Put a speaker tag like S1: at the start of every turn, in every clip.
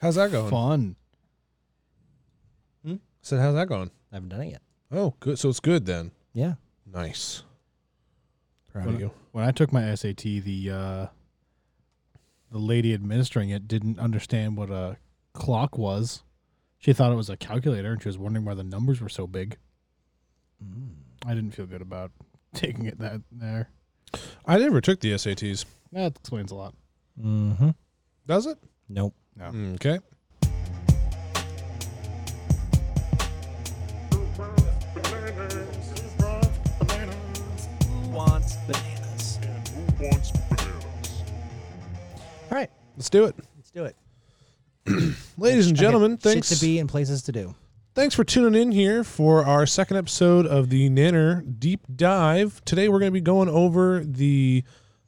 S1: How's that going?
S2: Fun.
S1: said, how's that going?
S3: I haven't done it yet.
S1: Oh, good. So it's good then.
S3: Yeah.
S1: Nice. Proud
S2: When
S1: of
S2: I,
S1: you.
S2: when I took my SAT, the uh, the lady administering it didn't understand what a clock was. She thought it was a calculator, and she was wondering why the numbers were so big.
S3: Mm.
S2: I didn't feel good about taking it that there.
S1: I never took the SATs.
S2: That explains a lot.
S3: Mm-hmm.
S1: Does it? Hmm,
S3: Nope.
S1: Okay.
S4: Who wants bananas?
S3: All right.
S1: Let's do it.
S3: Let's do it.
S1: Ladies and
S3: I got
S1: gentlemen,
S3: shit
S1: thanks
S3: to be and places to do.
S1: thanks for tuning in here for our second episode of the Nanner Deep Dive. Today we're going to be going over the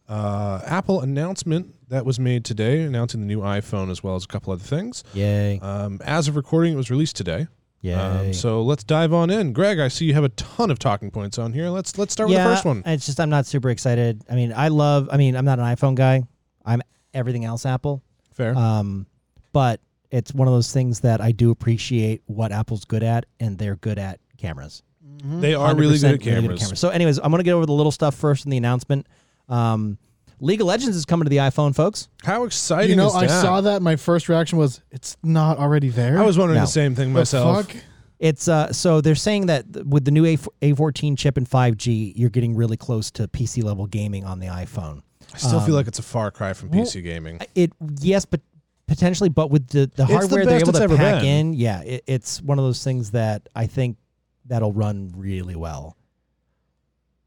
S1: uh, Apple announcement that was made today, announcing the new iPhone as well as a couple other things.
S3: Yay.
S1: Um, as of recording, it was released today.
S3: Yay.
S1: Um, so let's dive on in. Greg, I see you have a ton of talking points on here. Let's let's start
S3: yeah,
S1: with the first one.
S3: It's just I'm not super excited. I mean, I love. I mean, I'm not an iPhone guy. I'm everything else Apple.
S1: Fair.
S3: Um, but it's one of those things that I do appreciate what Apple's good at, and they're good at cameras.
S1: they are really good at
S3: 100%
S1: cameras.
S3: So, anyways, I'm gonna get over the little stuff first in the announcement. Um, League of Legends is coming to the iPhone, folks.
S1: How exciting!
S2: you know,
S1: is
S2: I
S1: that?
S2: saw that. My first reaction was, "It's not already there."
S1: I was wondering
S3: No.
S1: the same thing
S2: the
S1: myself.
S2: Fuck?
S3: It's uh, so they're saying that th- with the new A- A14 chip and 5G, you're getting really close to PC level gaming on the iPhone.
S1: I still feel like it's a far cry from PC gaming.
S3: It yes, but potentially, but with the the
S1: the
S3: hardware they're
S1: best
S3: able
S1: it's
S3: to
S1: ever
S3: pack
S1: been.
S3: in, yeah, it, it's one of those things that I think that'll run really well.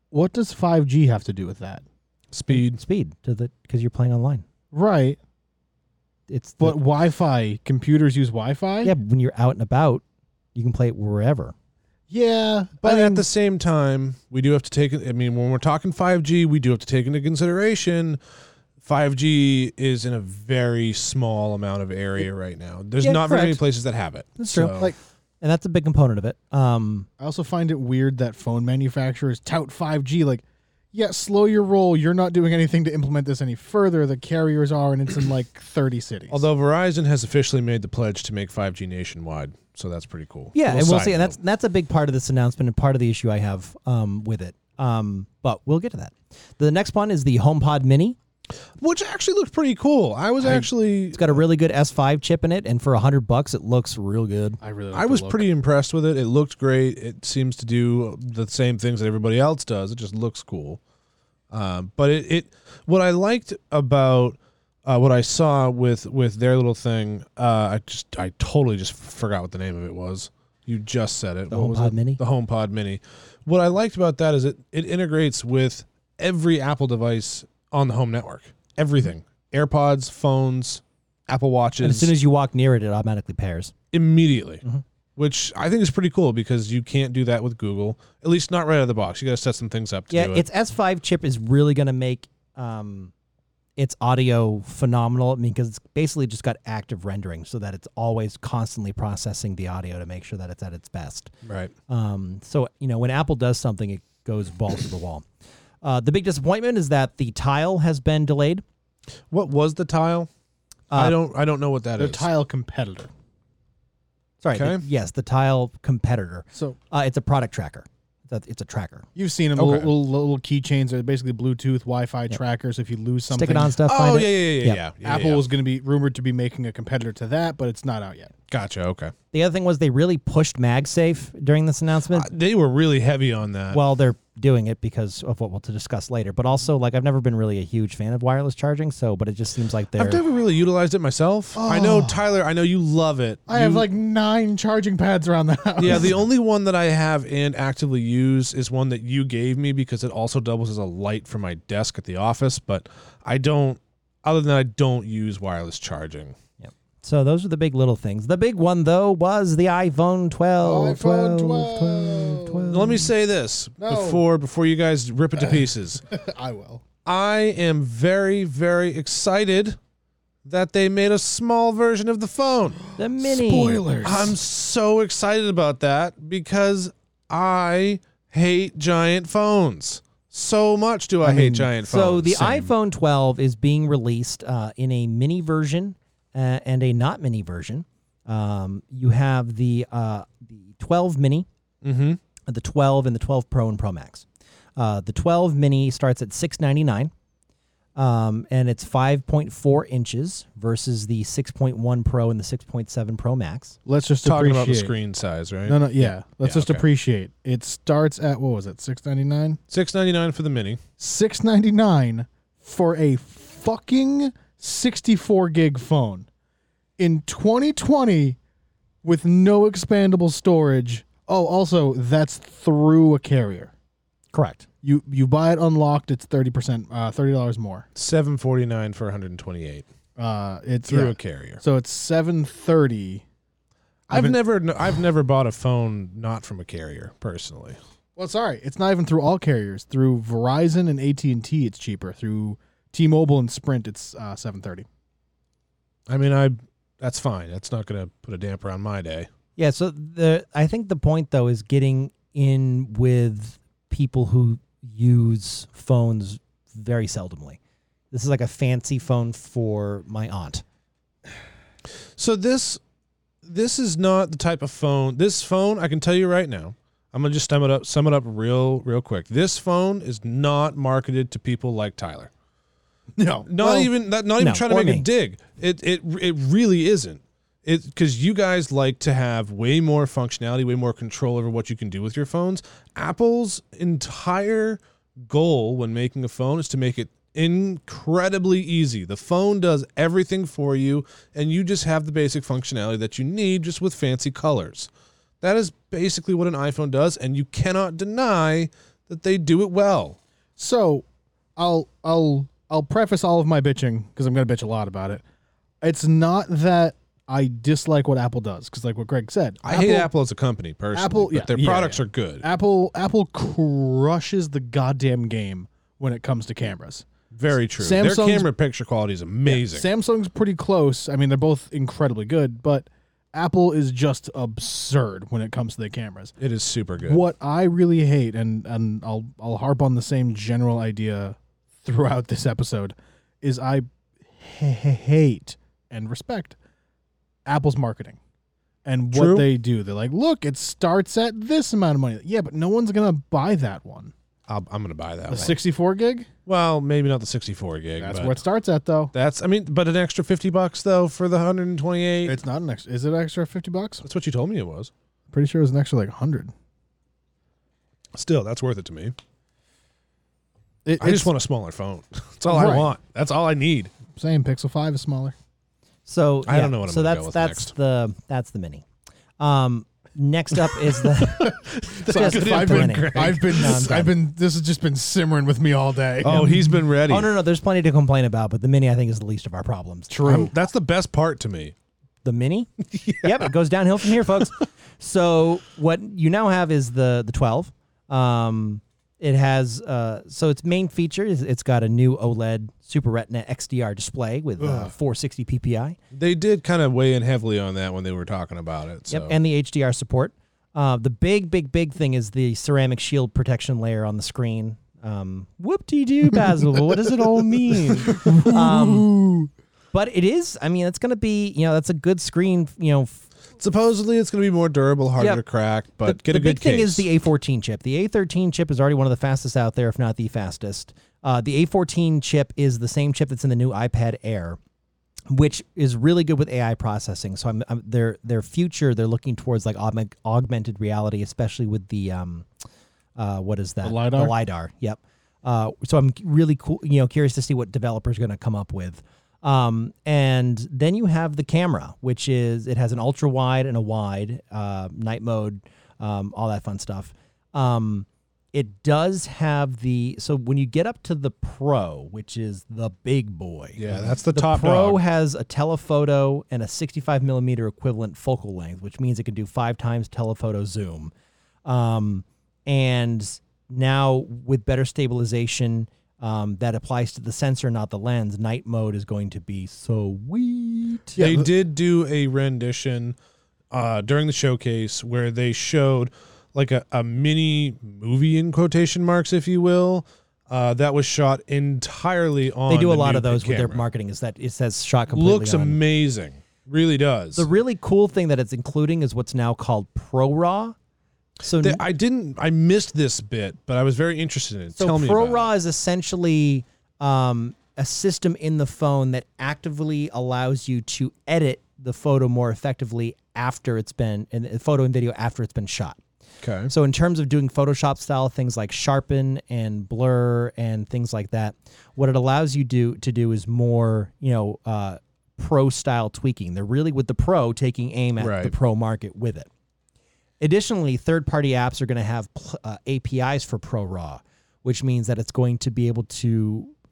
S2: What does five G have to do with that?
S1: Speed.
S3: Speed to the because you're playing online.
S2: Right,
S3: It's the-
S2: but Wi-Fi computers use Wi-Fi.
S3: yeah, when you're out and about, you can play it wherever.
S2: yeah,
S1: But
S2: I mean,
S1: at the same time, we do have to take. I mean, when we're talking 5G, we do have to take into consideration 5G is in a very small amount of area right now. There's
S3: Yeah,
S1: not very many
S3: correct.
S1: places that have it.
S3: That's true.
S1: So-
S2: like
S3: and that's a big component of it. Um,
S2: I also find it weird that phone manufacturers tout 5G like, yeah, slow your roll. You're not doing anything to implement this any further. The carriers are, and it's in like 30 cities.
S1: Although Verizon has officially made the pledge to make 5G nationwide, so that's pretty cool.
S3: yeah,
S1: Little
S3: and we'll
S1: side
S3: see. And
S1: note.
S3: that's that's a big part of this announcement and part of the issue I have um, with it. Um, but we'll get to that. The next one is the HomePod Mini.
S1: which actually looked pretty cool. I was actually
S3: It's got a really good S5 chip in it, and for a hundred bucks, it looks real good.
S2: I really, like
S1: I
S2: the
S1: was
S2: look.
S1: pretty impressed with it. It looked great. It seems to do the same things that everybody else does. It just looks cool. Um, but it, it what I liked about uh, what I saw with with their little thing, uh, I just I totally just forgot what the name of it was. You just said it.
S3: The
S1: What was
S3: HomePod
S1: it?
S3: Mini?
S1: The HomePod Mini. What I liked about that is it it integrates with every Apple device on the home network. Everything. AirPods, phones, Apple Watches
S3: And as soon as you walk near it, it automatically pairs.
S1: immediately, which I think is pretty cool because you can't do that with Google, at least not right out of the box. You got to set some things up to
S3: Yeah,
S1: do it.
S3: its S5 chip is really going to make um, its audio phenomenal. I mean, because it's basically just got active rendering, so that it's always constantly processing the audio to make sure that it's at its best.
S1: right.
S3: Um, so you know, when Apple does something, it goes balls to the wall. Uh, the big disappointment is that the Tile has been delayed.
S1: What was the tile? I don't. I don't know what that
S2: the
S1: is.
S2: tile competitor.
S3: Sorry, the-
S1: Okay.
S3: yes, the Tile competitor.
S2: So
S3: Uh, it's a product tracker. It's a- It's a tracker.
S2: you've seen them,
S1: Okay.
S2: little, little, little keychains are basically Bluetooth, Wi-Fi trackers. If you lose something,
S3: Stick it on stuff.
S1: Oh
S3: find it.
S1: yeah, yeah, yeah, yeah,
S3: Yeah.
S1: yeah, yeah.
S2: Apple
S1: yeah.
S2: was going to be rumored to be making a competitor to that, but it's not out yet.
S1: Gotcha. Okay.
S3: The other thing was they really pushed MagSafe during this announcement.
S1: Uh, They were really heavy on that.
S3: well, they're doing it because of what we'll to discuss later. But also, like I've never been really a huge fan of wireless charging, so but it just seems like they're
S1: I've never really utilized it myself. I know Tyler. I know you love it.
S2: I have like nine charging pads around the house.
S1: Yeah, the only one that I have and actively use is one that you gave me because it also doubles as a light for my desk at the office. But I don't. Other than that, I don't use wireless charging.
S3: so those are the big little things. The big one though was the iPhone 12.
S2: iPhone
S3: 12, 12, 12.
S1: Let me say this
S2: No.
S1: before before you guys rip it to pieces.
S2: I will.
S1: I am very very excited that they made a small version of the phone.
S3: the mini
S2: Spoilers.
S1: I'm so excited about that because I hate giant phones. So much do I, hate giant phones.
S3: So the
S1: Same.
S3: iPhone 12 is being released uh, in a mini version, uh, and a not mini version. Um, you have the uh, the 12 mini,
S1: Mm-hmm.
S3: the 12 and the 12 Pro and Pro Max. Uh, the 12 mini starts at 699 um, and it's 5.4 inches versus the 6.1 Pro and the 6.7 Pro Max.
S2: Let's just
S1: Talking about the
S2: appreciate-
S1: screen size, right?
S2: No, no, yeah. Let's
S1: Yeah,
S2: just
S1: okay.
S2: appreciate. It starts at what was it? Six ninety nine.
S1: Six ninety nine for the mini.
S2: Six ninety nine for a fucking sixty four gig phone in twenty twenty with no expandable storage. Oh, also that's through a carrier.
S3: Correct.
S2: You you buy it unlocked. It's thirty percent, uh, thirty dollars more.
S1: Seven forty nine for one hundred and twenty eight
S2: Uh, it's
S1: through
S2: yeah.
S1: a carrier.
S2: so it's seven thirty.
S1: I've
S2: I've-
S1: never kn- I've never bought a phone not from a carrier personally.
S2: Well, sorry, it's not even through all carriers. Through Verizon and AT and T, it's cheaper. Through T-Mobile and Sprint, it's uh, seven thirty.
S1: I mean, I that's fine. That's not going to put a damper on my day.
S3: Yeah. So the I think the point though is getting in with people who use phones very seldomly. This is like a fancy phone for my aunt.
S1: So this this is not the type of phone. This phone, I can tell you right now. I'm going to just sum it up sum it up real real quick. This phone is not marketed to people like Tyler.
S2: No,
S1: Not even not, not even
S3: no,
S1: trying to
S3: or
S1: make a
S3: me.
S1: dig. It it it really isn't. It because you guys like to have way more functionality, way more control over what you can do with your phones. Apple's entire goal when making a phone is to make it incredibly easy. The phone does everything for you, and you just have the basic functionality that you need, just with fancy colors. That is basically what an iPhone does, and you cannot deny that they do it well.
S2: So, I'll I'll I'll preface all of my bitching because I'm gonna bitch a lot about it. It's not that I dislike what Apple does because, like what Greg said,
S1: I hate Apple as a company personally,
S2: Apple-
S1: but
S2: yeah,
S1: their
S2: yeah,
S1: products
S2: yeah.
S1: are good.
S2: Apple Apple crushes the goddamn game when it comes to cameras.
S1: Very true. Their
S2: Samsung's-
S1: camera picture quality is amazing.
S2: Samsung's pretty close. I mean, they're both incredibly good, but Apple is just absurd when it comes to the cameras.
S1: it is super good.
S2: What I really hate, and and I'll I'll harp on the same general idea throughout this episode, is I h- hate and respect Apple's marketing and what
S1: True.
S2: they do. They're like, look, it starts at this amount of money. Yeah, but no one's gonna buy that one.
S1: I'll, I'm going to buy that
S2: The
S1: one.
S2: 64 gig.
S1: well, maybe not the 64 gig.
S2: That's
S1: but
S2: where it starts at, though.
S1: That's. I mean, but an extra 50 bucks though for the 128.
S2: It's not an extra. Is it an extra 50 bucks?
S1: that's what you told me it was.
S2: Pretty sure it was an extra like 100.
S1: Still, that's worth it to me.
S2: It,
S1: I just want a smaller phone. That's all I
S2: Right.
S1: want. That's all I need.
S2: saying Pixel 5 is smaller.
S3: So
S1: I don't
S3: yeah,
S1: know what I'm
S3: so
S1: gonna
S3: that's
S1: go with
S3: that's
S1: next.
S3: the that's the mini. Um, next up is the
S1: good
S3: just fuck the
S1: input,
S3: mini.
S1: Greg.
S2: I've been,
S3: No, I'm done.
S2: I've been. This has just been simmering with me all day.
S1: Oh, he's been ready.
S3: Oh no, no, there's plenty to complain about, but the mini I think is the least of our problems.
S2: true.
S1: I'm- that's the best part to me.
S3: The mini, yep, it goes downhill from here, folks. so what you now have is the the 12. Um, it has uh, so its main feature is it's got a new OLED Super Retina XDR display with uh, 460 PPI.
S1: They did kind of weigh in heavily on that when they were talking about it. So.
S3: Yep, and the HDR support. Uh, the big, big, big thing is the ceramic shield protection layer on the screen. Um, whoop-de-doo, Basil. what does it all mean? Um, but it is. I mean, it's going to be. You know, that's a good screen. You know, f-
S1: Supposedly, it's going to be more durable, harder
S3: Yep.
S1: to crack, but
S3: the,
S1: get
S3: the
S1: a good
S3: big thing
S1: case.
S3: is the A14 chip. The A13 chip is already one of the fastest out there, if not the fastest. Uh, the A14 chip is the same chip that's in the new iPad Air, which is really good with AI processing. So I'm, I'm their their future. They're looking towards like augment, augmented reality, especially with the um, uh, what is that?
S2: The LiDAR?
S3: The lidar. Yep. Uh, so I'm really cool. You know, curious to see what developers going to come up with. Um, and then you have the camera, which is it has an ultra wide and a wide, uh, night mode, um, all that fun stuff. Um, it does have the so when you get up to the pro, which is the big boy.
S1: yeah, that's the, top
S3: Pro
S1: dog.
S3: has a telephoto and a 65 millimeter equivalent focal length, which means it can do five times telephoto zoom. Um, and now with better stabilization um, that applies to the sensor, not the lens, night mode is going to be sweet.
S1: they did do a rendition uh, during the showcase where they showed like a, a mini movie in quotation marks, if you will, Uh, that was shot entirely on.
S3: They do a
S1: the
S3: lot
S1: new
S3: of those with their
S1: camera.
S3: marketing. Is that it says shot completely
S1: Looks
S3: on.
S1: amazing, really does.
S3: The really cool thing that it's including is what's now called Pro Raw. So
S1: They- I didn't. I missed this bit, but I was very interested in it.
S3: So
S1: Tell me
S3: Pro
S1: about
S3: Raw is essentially um, a system in the phone that actively allows you to edit the photo more effectively after it's been in the photo and video after it's been shot.
S1: it. Okay.
S3: So in terms of doing Photoshop style things like sharpen and blur and things like that, what it allows you do to do is more you know uh, pro style tweaking. They're really with the pro taking aim at the
S1: Right.
S3: pro market with it. Additionally, third party apps are going to have pl- uh, APIs for Pro Raw, which means that it's going to be able to,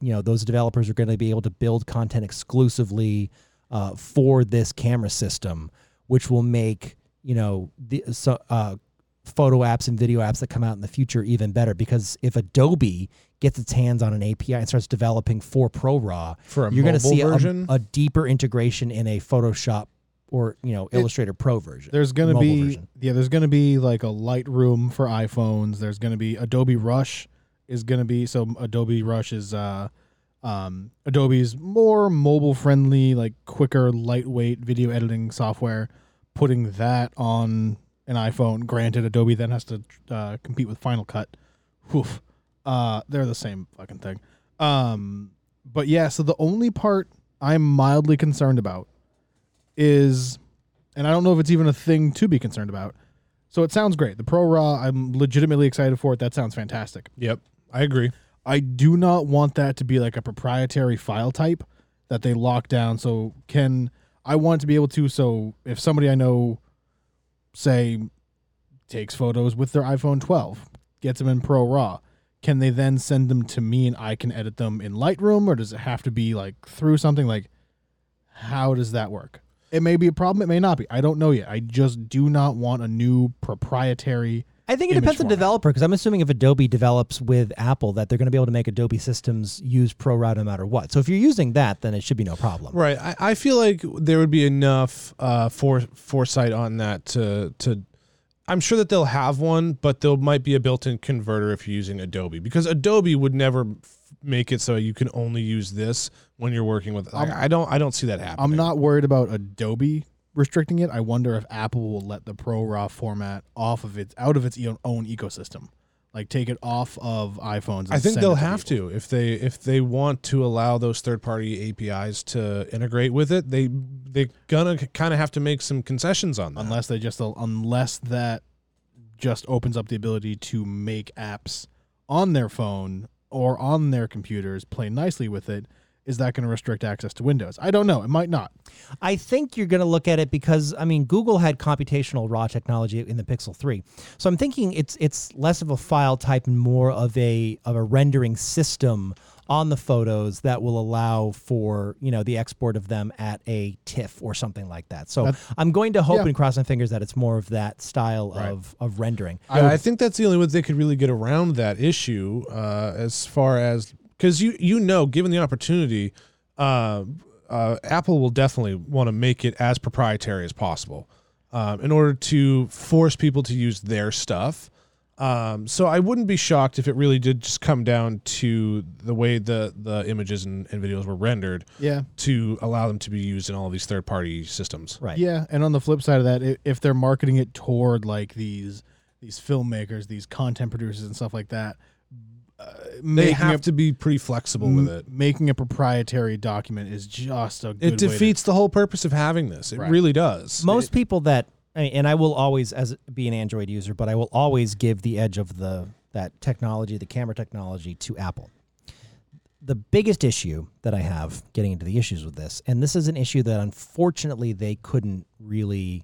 S3: you know, those developers are going to be able to build content exclusively uh, for this camera system, which will make, you know, the so, uh, photo apps and video apps that come out in the future even better. Because if Adobe gets its hands on an API and starts developing for Pro Raw,
S1: For a
S3: you're gonna
S1: mobile
S3: see a-
S1: version?
S3: A, deeper integration in a Photoshop or, you know, Illustrator Pro version.
S2: There's gonna
S3: mobile
S2: be
S3: version.
S2: yeah. There's gonna be like a Lightroom for iPhones. There's gonna be Adobe Rush is gonna be so Adobe Rush is uh, um, Adobe's more mobile friendly, like quicker, lightweight video editing software. Putting that on an iPhone. Granted, Adobe then has to uh, compete with Final Cut. Woof. Uh, they're the same fucking thing. Um, but yeah. So the only part I'm mildly concerned about is and I don't know if it's even a thing to be concerned about. So it sounds great. The Pro Raw, I'm legitimately excited for it. That sounds fantastic.
S1: Yep, I agree.
S2: I do not want that to be like a proprietary file type that they lock down. So can I want to be able to? So if somebody I know, say, takes photos with their iPhone 12, gets them in Pro Raw, can they then send them to me and I can edit them in Lightroom, or does it have to be like through something? Like, how does that work? It may be a problem. It may not be. I don't know yet. I just do not want a new proprietary.
S3: I think it
S2: image
S3: depends on
S2: format.
S3: developer because I'm assuming if Adobe develops with Apple that they're going to be able to make Adobe systems use ProRoute no matter what. So if you're using that, then it should be no problem.
S1: Right. I, I feel like there would be enough uh, for foresight on that to to. I'm sure that they'll have one, but there might be a built-in converter if you're using Adobe because Adobe would never f- make it so you can only use this when you're working with. Like,
S2: Um,
S1: I don't. I don't see that happening.
S2: I'm not worried about Adobe restricting it. I wonder if Apple will let the Pro Raw format off of its out of its e- own ecosystem, like take it off of iPhones. and
S1: I think
S2: send
S1: they'll
S2: it
S1: have
S2: people.
S1: to if they if they want to allow those third party APIs to integrate with it. They they gonna kind of have to make some concessions on that.
S2: unless they just unless that just opens up the ability to make apps on their phone or on their computers play nicely with it. Is that going to restrict access to Windows? I don't know. It might not.
S3: I think you're going to look at it because I mean Google had computational raw technology in the Pixel 3. So I'm thinking it's it's less of a file type and more of a of a rendering system on the photos that will allow for, you know, the export of them at a TIFF or something like that. So I'm going to hope
S2: yeah.
S3: and cross my fingers that it's more of that style of of rendering.
S1: Yeah, I, think that's the only way they could really get around that issue uh, as far as because you you know, given the opportunity, uh, uh, Apple will definitely want to make it as proprietary as possible um, in order to force people to use their stuff. Um, so I wouldn't be shocked if it really did just come down to the way the the images and, and videos were rendered
S2: Yeah.
S1: to allow them to be used in all these third party systems.
S3: Right.
S2: Yeah, and on the flip side of that, i- if they're marketing it toward like these these filmmakers, these content producers, and stuff like that, uh,
S1: They
S2: making
S1: have
S2: a,
S1: to be pretty flexible with it.
S2: making a proprietary document is just a good
S1: it
S2: way to-
S1: defeats the whole purpose of having this. It
S2: Right.
S1: really does.
S3: most people that I mean, and I will always as be an Android user, but I will always give the edge of the that technology, the camera technology to Apple. The biggest issue that I have getting into the issues with this, and this is an issue that unfortunately they couldn't really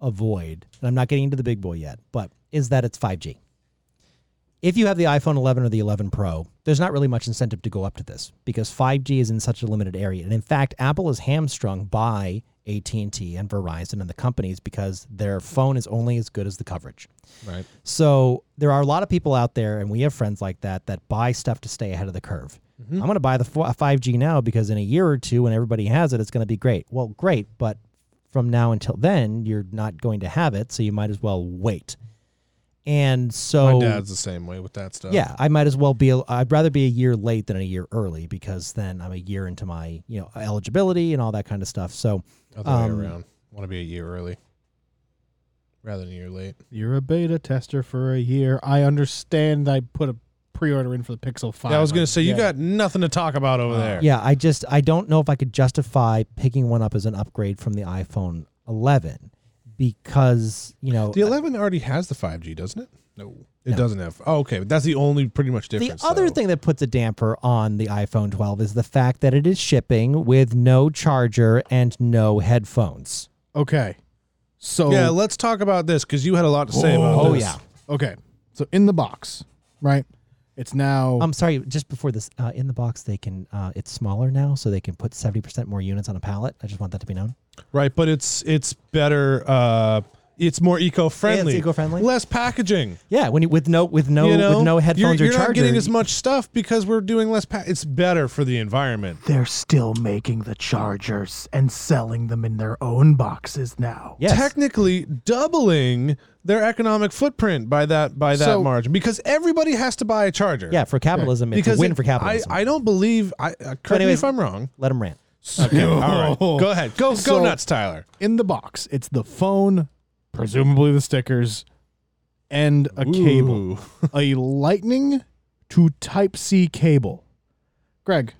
S3: avoid, and I'm not getting into the big boy yet, but is that it's 5G. If you have the iPhone 11 or the 11 Pro, there's not really much incentive to go up to this because 5G is in such a limited area. And in fact, Apple is hamstrung by AT&T and Verizon and the companies because their phone is only as good as the coverage.
S1: Right.
S3: So there are a lot of people out there, and we have friends like that that buy stuff to stay ahead of the curve. I'm going to buy the f- 5G now because in a year or two, when everybody has it, it's going to be great. Well, great, but from now until then, you're not going to have it, so you might as well wait. And so
S1: My dad's the same way with that stuff.
S3: Oh. yeah, I might as well be. a- I'd rather be a year late than a year early because then I'm a year into my you know eligibility and all that kind of stuff. So
S1: Other
S3: Um,
S1: way around. Want to be a year early rather than a year late.
S2: You're a beta tester for a year. I understand. I put a pre-order in for the Pixel Five.
S1: Yeah, I was going to
S2: to
S1: say, you got nothing to talk about over there.
S3: yeah, I just I don't know if I could justify picking one up as an upgrade from the iPhone 11 because you know
S1: The 11 already has the 5G, doesn't it? No. It
S3: No.
S1: doesn't have. Oh, okay. But that's the only pretty much
S3: the
S1: difference.
S3: other
S1: though.
S3: thing that puts a damper on the iPhone 12 is the fact that it is shipping with no charger and no headphones.
S2: okay. So
S1: Yeah, let's talk about this because you had a lot to say about
S3: Oh,
S1: this.
S3: yeah.
S2: okay. So in the box, right? It's now
S4: Um,
S3: I'm sorry, just before this, uh, in the box they can uh, it's smaller now, so they can put 70% more units on a pallet. I just want that to be known.
S1: Right, but it's it's better. Uh, it's more eco-friendly.
S3: Yeah, it's eco-friendly.
S1: Less packaging.
S3: Yeah, when you, with no with no
S1: you know,
S3: with no headphones
S1: you're,
S3: or
S1: you're
S3: charger,
S1: not getting as much stuff because we're doing less. Pa- it's better for the environment.
S4: They're still making the chargers and selling them in their own boxes now.
S3: yes.
S1: Technically, doubling their economic footprint by that by that
S2: So-
S1: margin because everybody has to buy a charger.
S3: yeah, for capitalism, it's
S1: because
S3: a win
S1: it-
S3: for capitalism.
S1: I, I don't believe. I uh, correct me
S3: anyways-
S1: if I'm wrong.
S3: Let them rant.
S1: Okay, all right.
S2: So-
S1: Go ahead. Go
S2: So-
S1: go nuts, Tyler.
S2: in the box. It's the phone, presumably the stickers, and a cable.
S1: Ooh.
S2: a lightning to type C cable. Greg,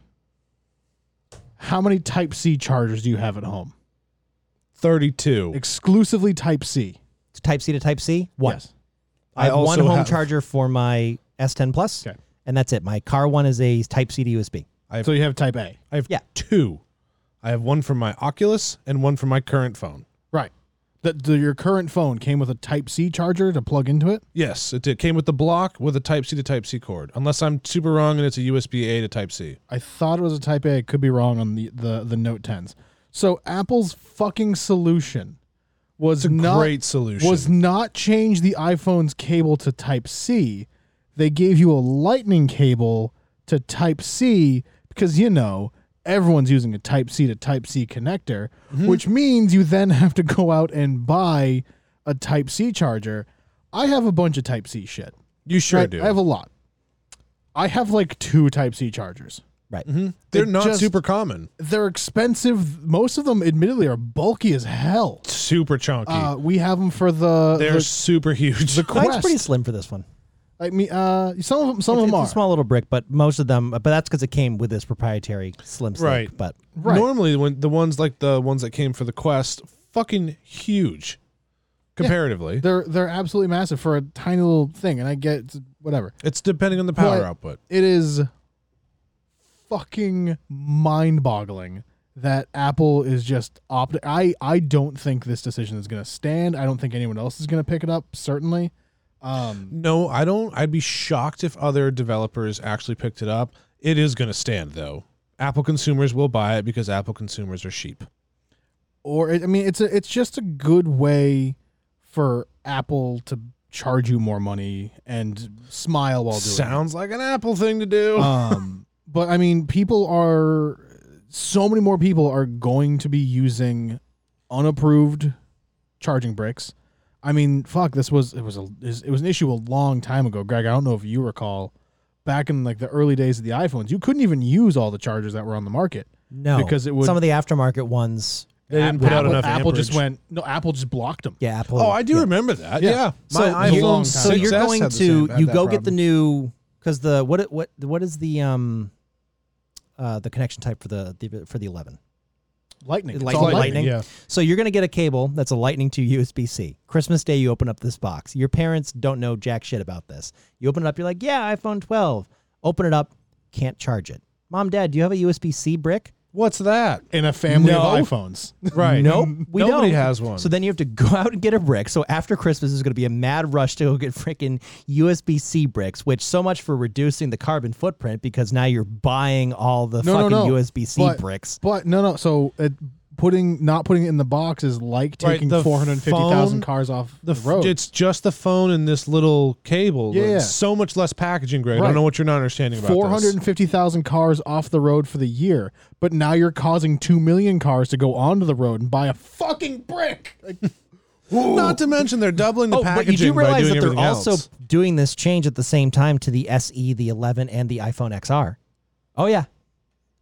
S2: how many type C chargers do you have at home?
S1: Thirty-two.
S2: Exclusively type C.
S3: Type C to Type C. One.
S2: Yes.
S1: I
S3: I have one
S1: also
S3: home
S1: have-
S3: charger for my S10 Plus,
S2: Okay.
S3: and that's it. My car one is a Type C to USB.
S2: So you have type A.
S1: I have
S3: Yeah.
S1: two. I have one for my Oculus and one for my current phone.
S2: Right. That the, your current phone came with a type C charger to plug into it?
S1: Yes, it did. Came with the block with a Type C to Type C cord. Unless I'm super wrong and it's a USB A to Type C.
S2: I thought it was a type A. I could be wrong on the, the, the Note 10s. So Apple's fucking solution was
S1: It's a
S2: not
S1: great solution.
S2: was not change the iPhone's cable to Type C. They gave you a Lightning cable to Type C because, you know, everyone's using a Type C to Type C connector,
S1: Mm-hmm.
S2: which means you then have to go out and buy a Type C charger. I have a bunch of Type C shit.
S1: you sure
S2: right?
S1: do.
S2: I have a lot. I have like two Type C chargers.
S3: Right.
S1: They're
S2: it
S1: not
S2: just-
S1: super common.
S2: They're expensive. Most of them, admittedly, are bulky as hell.
S1: Super chunky.
S2: Uh, we have them for the.
S1: They're
S2: the-
S1: super huge.
S2: the
S3: Mine's
S2: Quest.
S3: pretty slim for this one.
S2: I mean, uh, some of them, some
S3: it's,
S2: of them
S3: it's
S2: are.
S3: a small little brick, but most of them. But that's because it came with this proprietary slim stick.
S1: Right.
S3: But
S2: right.
S1: Normally, when the ones like the ones that came for the Quest, fucking huge, comparatively.
S2: They're they're absolutely massive for a tiny little thing, and I get it's- whatever.
S1: it's depending on the power
S2: But-
S1: output.
S2: It is fucking mind-boggling that Apple is just opt. I I don't think this decision is going to stand. I don't think anyone else is going to pick it up. Certainly. Um,
S1: No, I don't. I'd be shocked if other developers actually picked it up. It is going to stand though. Apple consumers will buy it because Apple consumers are sheep.
S2: or it, I mean, it's a it's just a good way for Apple to charge you more money and smile while doing. it.
S1: Sounds like an Apple thing to do.
S2: um, but I mean, people are so many more people are going to be using unapproved charging bricks. I mean, fuck, this was it was a it was an issue a long time ago, Greg. I don't know if you recall back in like the early days of the iPhones, you couldn't even use all the chargers that were on the market.
S3: no,
S2: Because it would-
S3: some of the aftermarket ones.
S1: they didn't put out
S2: Apple,
S1: enough.
S2: Apple just
S1: amperage.
S2: went no. Apple just blocked them.
S3: Yeah, Apple.
S1: Oh, I do
S3: yeah.
S1: remember that.
S2: Yeah.
S1: Yeah,
S3: So
S1: my
S2: you-
S1: iPhone.
S2: so
S3: So you're
S1: 6S
S3: going
S1: had the
S3: to
S1: same- had
S3: you
S1: that
S3: go get the
S1: problem.
S3: new because the what what what is the um uh the connection type for the, the for the 11.
S2: Lightning, It's
S3: Lightning.
S2: all
S3: Lightning.
S2: Yeah.
S3: So you're going to get a cable that's a Lightning to USB C. Christmas Day, you open up this box. Your parents don't know jack shit about this. You open it up, you're like, yeah, iPhone 12. Open it up, can't charge it. Mom, Dad, do you have a USB C brick?
S1: What's that?
S2: In a family
S3: No.
S2: of iPhones,
S1: Right.
S3: Nope, we
S1: Nobody
S3: don't.
S1: has one.
S3: So then you have to go out and get a brick. So after Christmas is going to be a mad rush to go get freaking USB C bricks, which so much for reducing the carbon footprint because now you're buying all the
S2: No, no,
S3: fucking
S2: no.
S3: USB C
S2: But-
S3: bricks.
S2: but no, no. So it, putting not putting it in the box is like
S1: Right,
S2: taking
S1: the
S2: four hundred fifty thousand
S1: phone-
S2: cars off
S1: the
S2: the,
S1: f-
S2: road.
S1: It's just the phone and this little cable.
S2: Yeah.
S1: It's so much less packaging, Greg. I
S2: Right.
S1: don't know what you're not understanding about
S2: Four hundred
S1: this.
S2: and fifty thousand cars off the road for the year, but now you're causing two million cars to go onto the road and buy a fucking brick. Like,
S1: Not to mention they're doubling the
S3: Oh,
S1: packaging
S3: but you do
S1: by
S3: realize
S1: doing
S3: that they're
S1: everything
S3: also
S1: else.
S3: doing this change at the same time to the SE, the 11, and the iPhone XR. Oh yeah,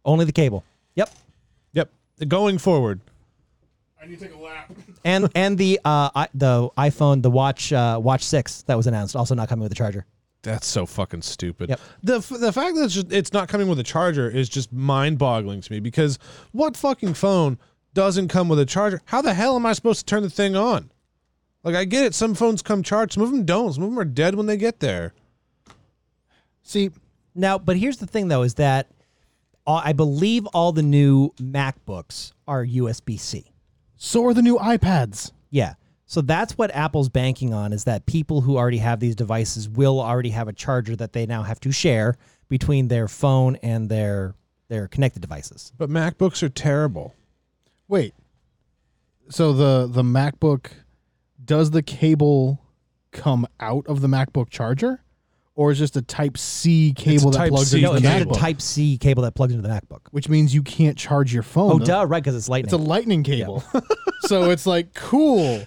S3: only the cable. Yep,
S1: Yep. Going forward.
S2: I need to take a lap.
S3: and and the uh, I, the iPhone, the Watch uh, Watch Six that was announced, also not coming with a charger.
S1: That's so fucking stupid.
S3: Yep.
S1: The f- the fact that it's, just, it's not coming with a charger is just mind boggling to me because what fucking phone doesn't come with a charger? How the hell am I supposed to turn the thing on? Like I get it, some phones come charged, some of them don't. Some of them are dead when they get there.
S2: See,
S3: Now, but here's the thing though, is that all, I believe all the new MacBooks are USB C.
S2: so are the new iPads.
S3: Yeah. So that's what Apple's banking on is that people who already have these devices will already have a charger that they now have to share between their phone and their their connected devices.
S1: But MacBooks are terrible.
S2: Wait. So the the MacBook does the cable come out of the MacBook charger, or is just a Type C cable that
S1: Type
S2: plugs
S1: C
S2: into
S3: No,
S2: the
S3: it's just a
S2: MacBook?
S3: Type C cable that plugs into the MacBook.
S2: which means you can't charge your phone.
S3: Oh,
S2: The-
S3: duh, right, because it's lightning.
S2: It's a lightning cable. so it's like cool.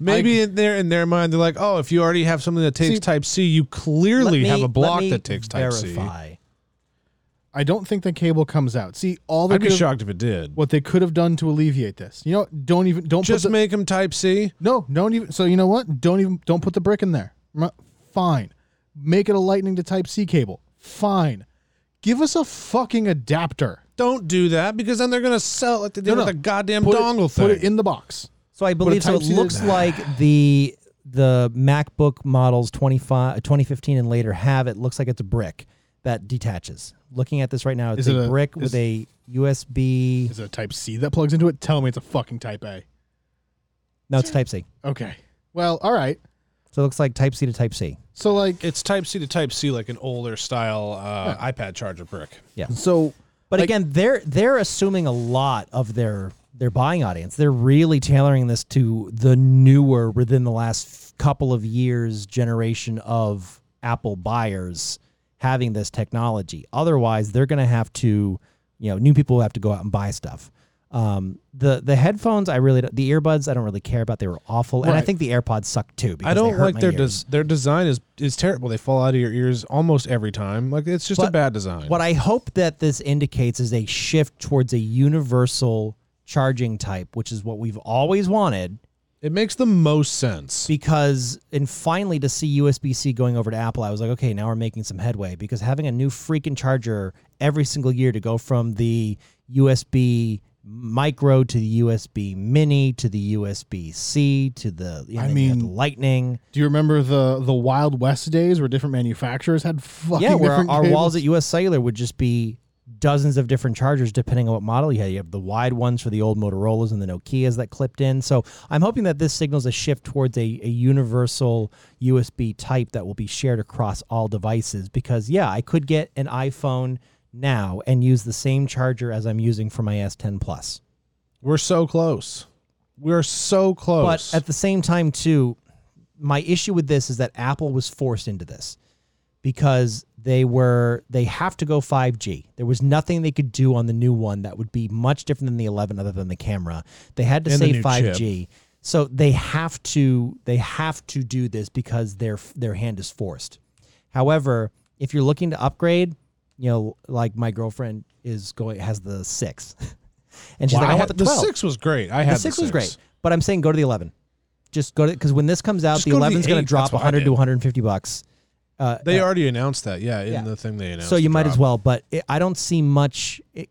S1: Maybe in their in their mind they're like, oh, if you already have something that takes
S2: See-
S1: Type C, you
S3: Let
S1: clearly
S3: me-
S1: have a
S3: let
S1: block
S3: me
S1: that takes Type C.
S3: verify.
S2: I don't think the cable comes out. See all they
S1: I'd be
S2: could have,
S1: shocked if it did.
S2: what they could have done to alleviate this. You know, what? don't even don't
S1: Just
S2: put the,
S1: make them Type C.
S2: no, don't even. So you know what? Don't even don't put the brick in there. M- Fine, make it a lightning to Type C cable. Fine, give us a fucking adapter.
S1: Don't do that because then they're gonna sell it like they did
S2: No, no.
S1: with the goddamn
S2: Put it-
S1: dongle thing.
S2: Put it in the box.
S3: So I believe so. It
S2: Type-C
S3: looks
S2: is-
S3: like the the MacBook models 25, 2015 and later have it looks like it's a brick that detaches. Looking at this right now, it's
S2: Is it
S3: a
S2: a-
S3: brick
S2: is-
S3: with a USB.
S2: Is it a Type C that plugs into it? Tell me it's a fucking Type A.
S3: No, it's Type C.
S2: Okay. Well, all right.
S3: So it looks like Type C to Type C.
S2: So like,
S1: It's Type C to Type C, like an older style uh, iPad charger brick.
S2: so
S3: But
S2: Like-
S3: again, they're they're assuming a lot of their their buying audience. They're really tailoring this to the newer within the last couple of years generation of Apple buyers having this technology. Otherwise, they're going to have to, you know, new people have to go out and buy stuff. Um, the the headphones, I really don't, the earbuds, I don't really care about. They were awful, and I
S2: Right.
S3: think the AirPods suck too. Because
S1: I
S3: they
S1: don't
S3: hurt
S1: like
S3: my
S1: their
S3: ears.
S1: des- their design is is terrible. They fall out of your ears almost every time. Like it's just a
S3: But-
S1: bad design.
S3: What I hope that this indicates is a shift towards a universal charging type, which is what we've always wanted.
S1: it makes the most sense.
S3: Because and finally to see USB C going over to Apple, I was like, okay, now we're making some headway. Because having a new freaking charger every single year to go from the USB micro to the USB mini to the USB C to the you know,
S2: I
S3: then you have the
S2: mean,
S3: lightning.
S2: Do you remember the the Wild West days where different manufacturers had fucking
S3: yeah, where our,
S2: different
S3: our
S2: cables?
S3: walls at U.S. Cellular would just be dozens of different chargers depending on what model you had. You have the wide ones for the old Motorola's and the Nokia's that clipped in. So I'm hoping that this signals a shift towards a, a universal USB type that will be shared across all devices. Because yeah, I could get an iPhone now and use the same charger as I'm using for my S10 Plus.
S1: We're so close. We're so close.
S3: But at the same time, too, my issue with this is that Apple was forced into this because they were they have to go 5G. There was nothing they could do on the new one that would be much different than the 11 other than the camera. They had to
S1: And the
S3: say
S1: new
S3: 5G. So they have to they have to do this because their their hand is forced. However, if you're looking to upgrade, you know, like my girlfriend is going has the 6. And she's
S1: Wow,
S3: like I, want the
S1: had-
S3: 12
S1: six was great. I had
S3: the six was great, but I'm saying go to the eleven. Just go to because when this comes out,
S1: Just
S3: the
S1: go to the
S3: eleven is going
S1: eight,
S3: to drop
S1: that's what I
S3: 100
S1: did.
S3: to 150 bucks. Uh,
S1: They
S3: uh,
S1: already announced that. Yeah, in
S3: Yeah.
S1: the thing they announced.
S3: so you
S1: the
S3: might as
S1: drop.
S3: well. But it, I don't see much. It,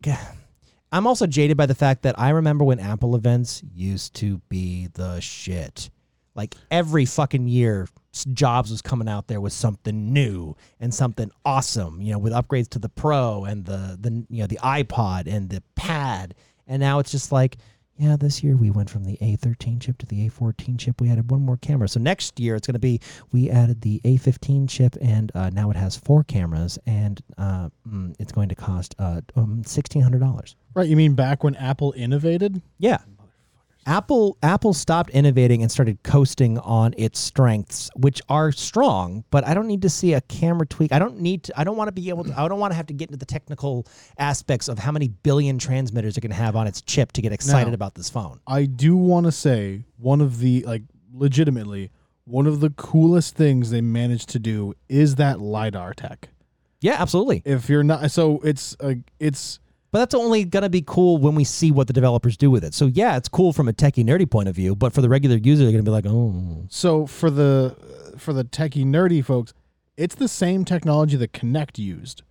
S3: I'm also jaded by the fact that I remember when Apple events used to be the shit. Like every fucking year, s- Jobs was coming out there with something new and something awesome. You know, with upgrades to the Pro and the the you know the iPod and the Pad. And now it's just like, yeah, this year we went from the A13 chip to the A14 chip. We added one more camera. So next year it's going to be we added the A15 chip and uh, now it has four cameras and uh, mm, it's going to cost uh, um, sixteen hundred dollars.
S2: Right, you mean back when Apple innovated?
S3: Yeah. Apple Apple stopped innovating and started coasting on its strengths, which are strong, but I don't need to see a camera tweak. I don't need to I don't want to be able to I don't want to have to get into the technical aspects of how many billion transmitters it can have on its chip to get excited
S2: No.
S3: about this phone.
S2: I do want to say one of the like legitimately one of the coolest things they managed to do is that lidar tech.
S3: Yeah, absolutely.
S2: If you're not, so it's a, it's
S3: But that's only going to be cool when we see what the developers do with it. So yeah, it's cool from a techie nerdy point of view, but for the regular user, they're going to be like, oh,
S2: so for the for the techie nerdy folks, it's the same technology that Connect used,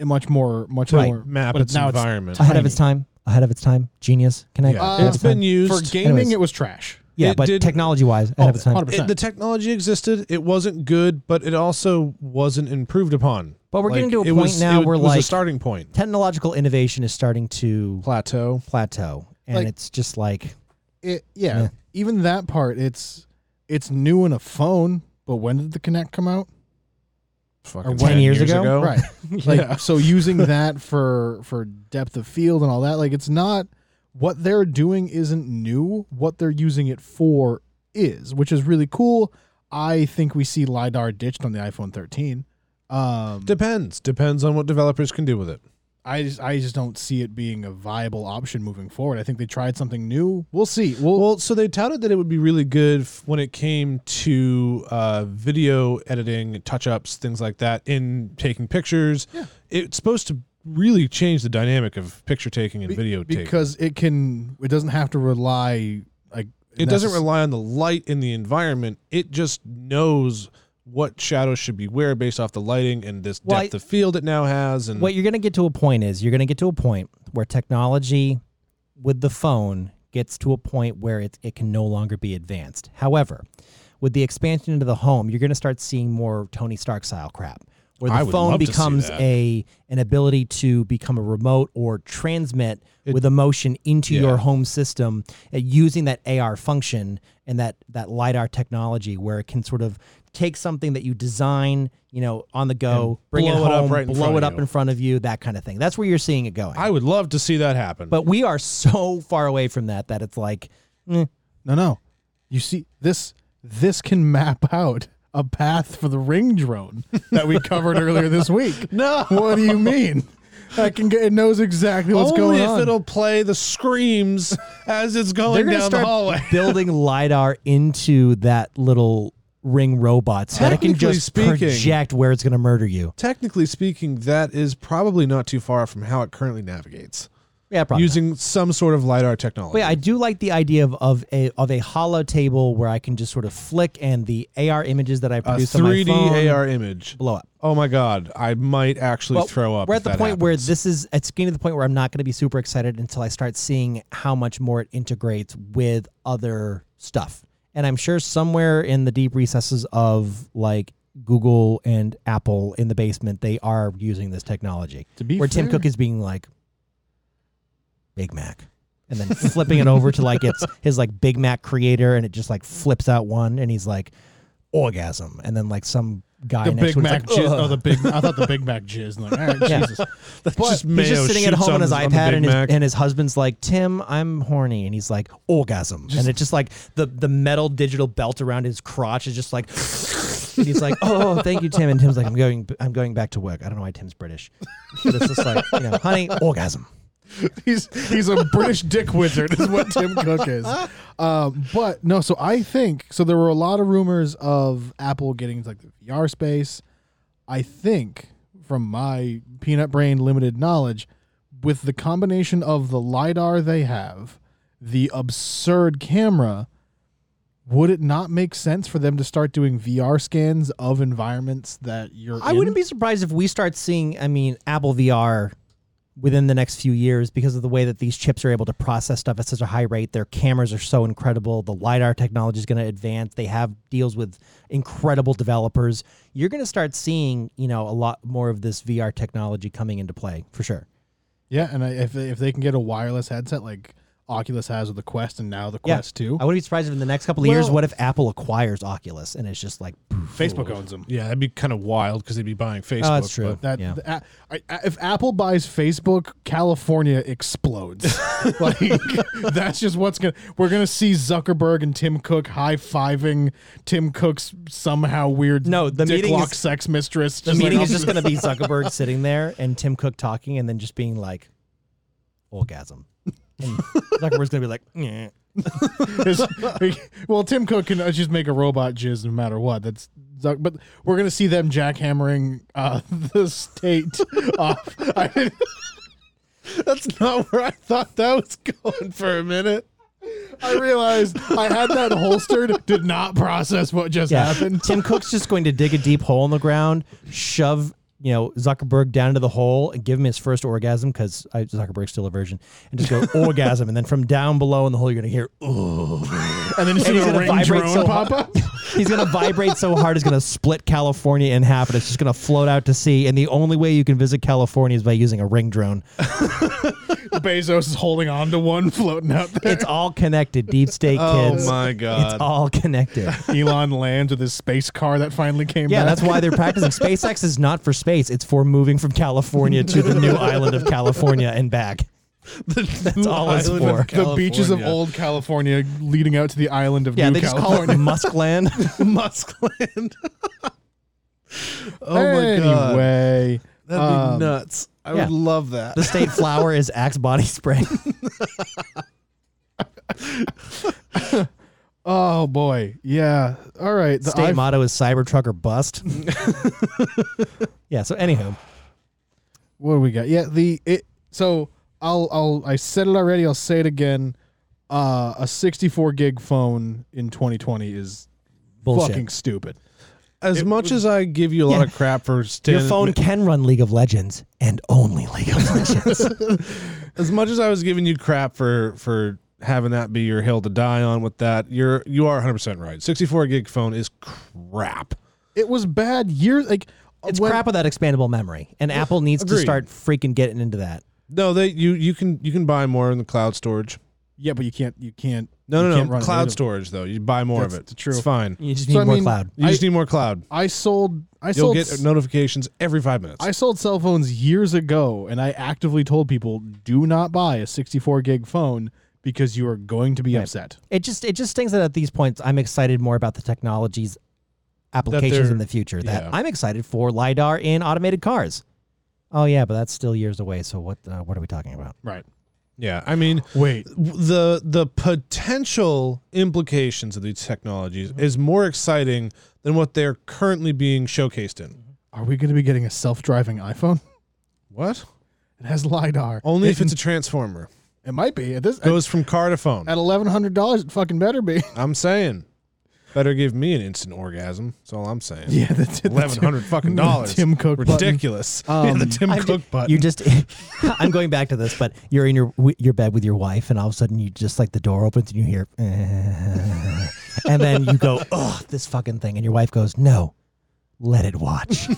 S2: and much more much
S3: Right.
S2: more
S1: Map
S2: but
S1: its
S2: now
S1: environment.
S3: ahead of its time, ahead of its time, genius, connect.
S1: Yeah.
S2: Uh,
S3: ahead of
S1: it's
S2: it's
S3: its time.
S1: been used.
S2: for gaming.
S3: Anyways.
S2: It was trash.
S3: yeah,
S1: it
S3: but
S1: did- Oh,
S3: technology wise, ahead of its time.
S2: 100%.
S1: It- the technology existed. It wasn't good, but it also wasn't improved upon.
S3: But we're getting to a
S1: it
S3: point
S1: was-
S3: now
S1: it
S3: where,
S1: was a
S3: like-
S1: starting point
S3: Technological innovation is starting to
S1: plateau.
S3: plateau, and
S2: Like-
S3: it's just like,
S2: it yeah,
S3: Yeah.
S2: even that part it's it's new in a phone but when did the connect come out
S1: Fucking
S3: 10 years ago?
S2: right like
S1: Yeah.
S2: so using that for for depth of field and all that like it's not what they're doing isn't new what they're using it for is which is really cool i think we see lidar ditched on the iphone 13 um
S1: Depends. Depends on what developers can do with it.
S2: i just i just don't see it being a viable option moving forward i think they tried something new we'll see we'll
S1: Well, so they touted that it would be really good f- when it came to uh, video editing, touch ups, things like that, in taking pictures.
S2: Yeah.
S1: It's supposed to really change the dynamic of picture taking and
S2: be-
S1: video taking.
S2: because it can it doesn't have to rely like
S1: it doesn't
S2: necess-
S1: rely on the light in the environment. It just knows what shadows should be where based off the lighting and this
S3: Well, I-
S1: depth of field it now has. And
S3: what you're going to get to a point is you're going to get to a point where technology with the phone gets to a point where it, it can no longer be advanced. However, with the expansion into the home, you're going to start seeing more Tony Stark style crap where the
S1: I would
S3: phone
S1: love to see
S3: becomes
S1: that.
S3: a an ability to become a remote or transmit with emotion into your home system uh, using that AR function and that that lidar technology where it can sort of take something that you design, you know, on the go, bring
S1: blow
S3: it
S1: it up
S3: home,
S1: right in
S3: blow
S1: front
S3: it
S1: of
S3: up
S1: you.
S3: in front of you, that kind of thing. That's where you're seeing it going.
S1: I would love to see that happen.
S3: but we are so far away from that that it's like
S2: no no you see this this can map out a path for the ring drone that we covered earlier this week
S1: no.
S2: what do you mean I can get, it knows exactly what's
S1: Only
S2: going
S1: if
S2: on
S1: it'll play the screams as it's
S3: they're
S1: going
S3: going
S1: down
S3: to
S1: the
S3: start
S1: hallway.
S3: building lidar into that little ring robot so that it can
S1: Technically
S3: just
S1: speaking-
S3: project where it's going to murder you.
S1: Technically speaking, that is probably not too far from how it currently navigates
S3: Yeah, probably.
S1: using some sort of lidar technology.
S3: But yeah, I do like the idea of, of a of a hollow table where I can just sort of flick and the AR images that I
S1: a
S3: produce on my
S1: 3D
S3: phone
S1: AR image.
S3: blow up.
S1: Oh my god, I might actually
S3: Well,
S1: throw up.
S3: We're
S1: if
S3: at the
S1: that
S3: point where
S1: happens.
S3: this is it's getting to the point where I'm not going to be super excited until I start seeing how much more it integrates with other stuff. And I'm sure somewhere in the deep recesses of like Google and Apple in the basement, they are using this technology.
S2: to be
S3: where Tim
S2: fair-
S3: Cook is being like Big Mac, and then flipping it over to like it's his like Big Mac creator, and it just like flips out one, and he's like orgasm, and then like some guy
S2: the Big
S3: next to him is
S2: Mac
S3: like,
S2: jizz.
S3: "Ugh."
S2: Oh, the Big. I thought the Big Mac jizz. I'm like, all right,
S3: Yeah.
S2: Jesus.
S1: That's
S2: but
S1: just
S3: He's
S1: mayo
S3: just sitting at
S1: shoots
S3: home on his
S1: the
S3: iPad,
S1: Big
S3: and his,
S1: Mac.
S3: and his husband's like, "Tim, I'm horny," and he's like, "Orgasm," and it just like the the metal digital belt around his crotch is just like, and he's like, "Oh, thank you, Tim," and Tim's like, "I'm going, I'm going back to work." I don't know why Tim's British, but it's just like, you know, honey, orgasm.
S2: he's he's a British dick wizard, is what Tim Cook is. Um, but no, so I think so. There were a lot of rumors of Apple getting into like the VR space. I think, from my peanut brain limited knowledge, with the combination of the lidar they have, the absurd camera. Would it not make sense for them to start doing VR scans of environments that you're
S3: I wouldn't be surprised if we start seeing, I mean, Apple VR within the next few years because of the way that these chips are able to process stuff at such a high rate. Their cameras are so incredible. The LiDAR technology is going to advance. They have deals with incredible developers. You're going to start seeing, you know, a lot more of this VR technology coming into play for sure.
S2: Yeah, and I, if if they can get a wireless headset like Oculus has with the Quest, and now the Quest Two,
S3: I wouldn't be surprised if in the next couple of years,
S2: Well-
S3: what if Apple acquires Oculus and it's just like,
S2: Facebook owns them.
S1: Yeah, that'd be kind of wild because they'd be buying Facebook.
S3: oh, that's true.
S1: but-
S2: That
S3: yeah.
S2: the- a- I- I- if Apple buys Facebook, California explodes. like that's just what's gonna. We're gonna see Zuckerberg and Tim Cook high fiving Tim Cook's somehow weird.
S3: No, the
S2: dick
S3: meeting
S2: lock
S3: is-
S2: sex mistress.
S3: The meeting is just going to be Zuckerberg sitting there and Tim Cook talking and then just being like, orgasm. And Zuckerberg's going to be like, "Nyeh."
S2: It's- well, Tim Cook can uh, just make a robot jizz no matter what. That's Zuck- but we're gonna see them jackhammering uh, the state off. I,
S1: That's not where I thought that was going for a minute.
S2: I realized I had that holstered, did not process what just
S3: Yeah.
S2: happened.
S3: Tim Cook's just going to dig a deep hole in the ground, shove you know Zuckerberg down into the hole, and give him his first orgasm because Zuckerberg's still a virgin, and just go orgasm, and then from down below in the hole you're gonna hear.
S2: And then you
S3: And
S2: see
S3: he's
S2: a
S3: gonna
S2: ring
S3: vibrate
S2: drone
S3: so
S2: pop
S3: hard.
S2: up.
S3: He's gonna vibrate so hard it's gonna split California in half, and it's just gonna float out to sea. And the only way you can visit California is by using a ring drone.
S2: Bezos is holding on to one floating out there.
S3: It's all connected, deep state kids.
S1: Oh my god.
S3: It's all connected.
S2: Elon lands with his space car that finally came
S3: Yeah,
S2: back.
S3: that's why they're practicing. SpaceX is not for space; it's for moving from California to the new island of California and back.
S1: That's
S3: all it's for.
S2: the beaches of old California leading out to the island of
S3: Yeah,
S2: New
S3: they just
S2: California.
S3: call it Muskland.
S1: Muskland. oh my god.
S2: Anyway,
S1: That'd
S2: um,
S1: be nuts. I
S3: yeah.
S1: would love that.
S3: the state flower is Axe body spray.
S2: Oh boy, yeah. All right, the
S3: state
S2: iPhone-
S3: motto is Cybertruck or bust. yeah. So anyhow,
S2: what do we got? Yeah, the it. So I'll I'll I said it already. I'll say it again. Uh, a 64 gig phone in 2020 is
S3: bullshit.
S2: fucking stupid.
S1: as much as I give you a lot
S3: Yeah.
S1: of crap for standing,
S3: Your phone can run League of Legends and only League of Legends.
S1: as much as I was giving you crap for for having that be your hill to die on with that, you're you are 100 percent right. 64 gig phone is crap.
S2: It was bad years like uh,
S3: it's
S2: when-
S3: crap without expandable memory, and Apple needs to
S1: Agreed.
S3: start freaking getting into that.
S1: No, they you you can you can buy more in the cloud storage.
S2: Yeah, but you can't you can't
S1: No,
S2: you
S1: no,
S2: can't
S1: no.
S2: run it
S1: Cloud
S2: native.
S1: storage though, you buy more of
S2: That's
S1: it.
S2: true.
S1: It's fine.
S3: You just need
S2: So, I
S3: more
S2: mean,
S3: cloud.
S1: You just
S2: I-
S1: need more cloud.
S2: I sold I
S1: You'll
S2: sold
S1: get
S2: s-
S1: notifications every five minutes.
S2: I sold cell phones years ago, and I actively told people do not buy a 64 gig phone because you are going to be upset.
S3: It just it just stings that at these points I'm excited more about the technologies applications
S1: they're-
S3: in the future that
S1: yeah.
S3: I'm excited for lidar in automated cars. Oh yeah, but that's still years away. So what uh, what are we talking about?
S2: Right.
S1: yeah, I mean,
S2: Wait.
S1: the the potential implications of these technologies
S2: Mm-hmm.
S1: is more exciting than what they're currently being showcased in.
S2: Are we going to be getting a self-driving iPhone?
S1: What?
S2: It has lidar.
S1: Only
S2: it,
S1: if it's a transformer.
S2: it might be at this at,
S1: Goes from car to phone.
S2: at $1,100. It fucking better be.
S1: I'm saying, better give me an instant orgasm. That's all I'm saying.
S2: that's it.
S1: eleven hundred fucking
S2: the
S1: dollars.
S2: Tim Cook button.
S1: ridiculous. yeah, the
S2: Um,
S1: Tim
S3: I'm-
S1: Cook button.
S3: You're just I'm going back to this, but you're in your wi- your bed with your wife, and all of a sudden you just like the door opens and you hear, "Eh," and then you go, oh this fucking thing, and your wife goes, no. Let it watch.
S2: You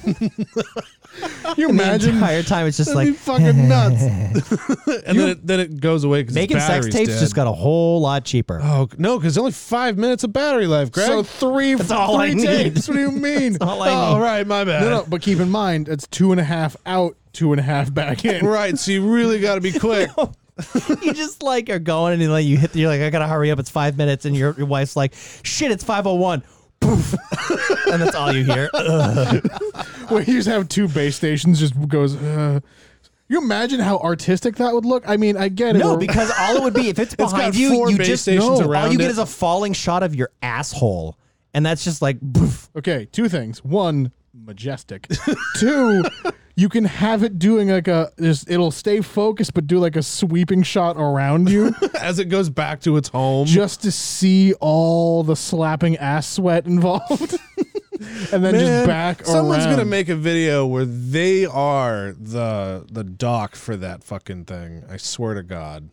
S3: And the
S2: imagine
S3: entire time it's just
S1: That'd
S3: like
S1: be fucking nuts. and then it, then it goes away because
S3: making sex tapes just got a whole lot cheaper.
S1: Oh no, because only five minutes of battery life, Greg.
S2: so three
S3: That's all
S2: three
S3: I need.
S2: tapes. What do you mean?
S3: all I
S1: oh,
S3: need.
S1: right, my bad.
S2: No, no. But keep in mind, it's two and a half out, two and a half back in.
S1: Right, so you really got to be quick.
S3: you just like are going and you like you hit you're like I gotta hurry up it's five minutes and your, your wife's like shit it's five oh one poof and that's all you hear
S2: Where you just have two base stations, just goes. Uh, you imagine how artistic that would look. I mean, I get it.
S3: no
S2: We're-
S3: because all it would be if it's
S1: got
S3: behind you
S1: four
S3: you
S1: base
S3: just
S1: stations
S3: know all
S1: around
S3: you get
S1: it.
S3: is a falling shot of your asshole and that's just like poof.
S2: okay, two things. One, majestic. two, you can have it doing like a. Just, it'll stay focused, but do like a sweeping shot around you,
S1: As it goes back to its home,
S2: just to see all the slapping ass sweat involved, and then just
S1: Man,
S2: back.
S1: someone's
S2: around.
S1: gonna make a video where they are the the doc for that fucking thing. I swear to God,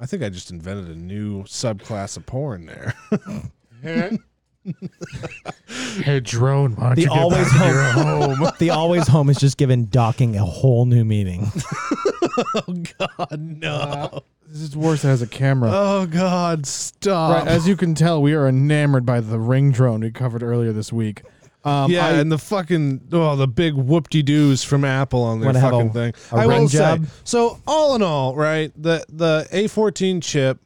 S1: I think I just invented a new subclass of porn there.
S2: Hey drone, why don't
S3: the
S2: you get
S3: always
S2: back to your
S3: home
S2: home?
S3: the always home is just given docking a whole new meaning
S1: God no!
S2: this is worse as a camera.
S1: Oh God, stop!
S2: Right, as you can tell, we are enamored by the ring drone we covered earlier this week. Um,
S1: yeah,
S2: I-
S1: and the fucking oh, the big whoop de doos from Apple on their
S3: Wanna have
S1: fucking
S3: a-
S1: thing.
S3: a
S1: I
S3: rim
S1: will
S3: job?
S1: say. So all in all, right, the the A14 chip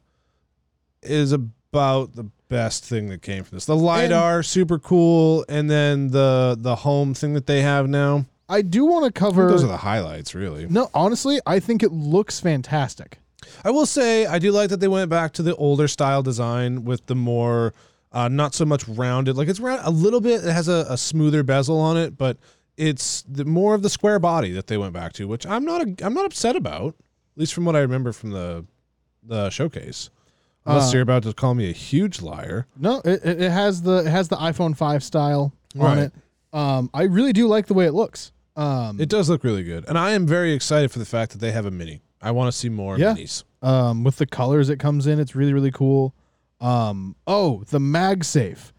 S1: is about the best thing that came from this. The lidar, super cool, and then the the home thing that they have now.
S2: I do want to
S1: I think
S2: cover.
S1: Those are the highlights, really.
S2: no, honestly, I think it looks fantastic.
S1: I will say I do like that they went back to the older style design with the more uh, not so much rounded. Like it's round a little bit. It has a, a smoother bezel on it, but it's the, more of the square body that they went back to, which I'm not a, I'm not upset about. At least from what I remember from the the showcase. Unless
S2: Uh,
S1: you're about to call me a huge liar.
S2: No, it, it it has the it has the iPhone five style on
S1: Right.
S2: it. Um, I really do like the way it looks. Um,
S1: It does look really good, and I am very excited for the fact that they have a mini. I want to see more
S2: Yeah.
S1: minis.
S2: um, with the colors it comes in, it's really really cool. Um, oh, the MagSafe.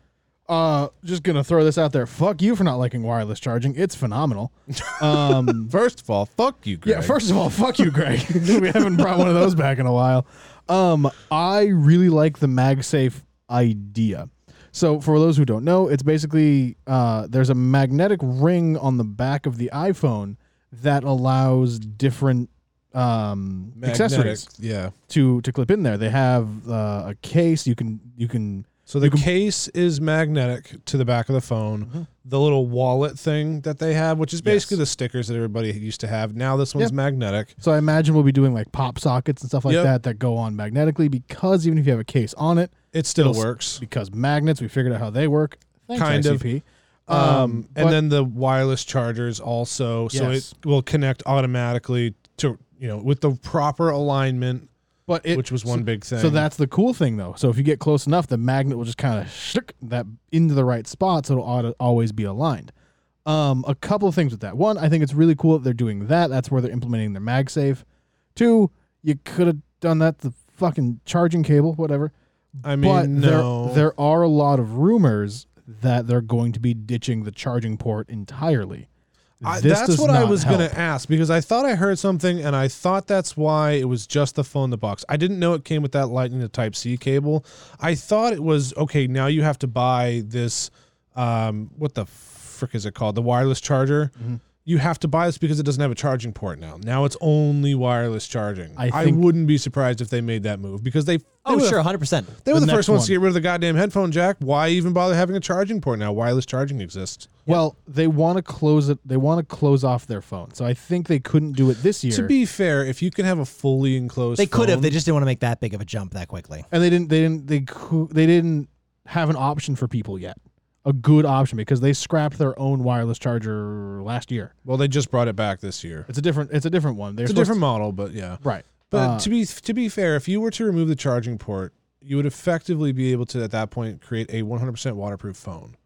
S2: Uh, just gonna throw this out there. Fuck you for not liking wireless charging. It's phenomenal. Um,
S1: First of all, fuck you, Greg.
S2: Yeah, first of all, fuck you, Greg. we haven't brought one of those back in a while. Um, I really like the MagSafe idea. So, for those who don't know, it's basically uh, there's a magnetic ring on the back of the iPhone that allows different um,
S1: Magnetic,
S2: accessories
S1: Yeah.
S2: to to clip in there. They have uh, a case you can you can Mm-hmm.
S1: So the case is magnetic to the back of the phone. The little wallet thing that they have, which is basically the stickers that everybody used to have. Now this one's
S2: Yep.
S1: magnetic.
S2: So I imagine we'll be doing like pop sockets and stuff like
S1: Yep.
S2: that that go on magnetically because even if you have a case on it,
S1: It still
S2: It'll s-
S1: works.
S2: because magnets. We figured out how they work. Thanks,
S1: Kind of.
S2: ICP.
S1: Um,
S2: but-
S1: and then the wireless chargers also, so
S2: Yes.
S1: it will connect automatically to you know with the proper alignment,
S2: but it,
S1: which was one big thing.
S2: So that's the cool thing, though. So if you get close enough, the magnet will just kind of shtick that into the right spot, so it'll auto- always be aligned. Um, a couple of things with that. One, I think it's really cool that they're doing that. That's where they're implementing their MagSafe. Two, you could have done that the fucking charging cable, whatever.
S1: I mean,
S2: but
S1: no,
S2: there there are a lot of rumors that they're going to be ditching the charging port entirely.
S1: I,
S2: This
S1: that's
S2: does
S1: what I
S2: not
S1: was
S2: help.
S1: gonna ask because I thought I heard something and I thought that's why it was just the phone in the box. I didn't know it came with that Lightning to Type C cable. I thought it was okay. Now you have to buy this. Um, what the frick is it called? The wireless charger.
S2: Mm-hmm.
S1: You have to buy this because it doesn't have a charging port now. Now it's only wireless charging.
S2: I
S1: I,
S2: think-
S1: wouldn't be surprised if they made that move because they. they
S3: Oh,
S1: were the-
S3: sure, 100%.
S1: they were the,
S2: The next
S1: first ones to
S2: one.
S1: get rid of the goddamn headphone jack. Why even bother having a charging port now? Wireless charging exists.
S2: Well, they want to close it. They want to close off their phone. So I think they couldn't do it this year.
S1: To be fair, if you can have a fully enclosed,
S3: They could have.
S1: phone-
S3: They just didn't want to make that big of a jump that quickly.
S2: and they didn't. They didn't. They cou- they didn't have an option for people yet. A good option because they scrapped their own wireless charger last year.
S1: Well, they just brought it back this year.
S2: It's a different. It's a different one. They're
S1: It's a
S2: supposed
S1: different model, but yeah.
S2: to- right.
S1: But
S2: Uh,
S1: to be to be fair, if you were to remove the charging port, you would effectively be able to at that point create a 100% waterproof phone.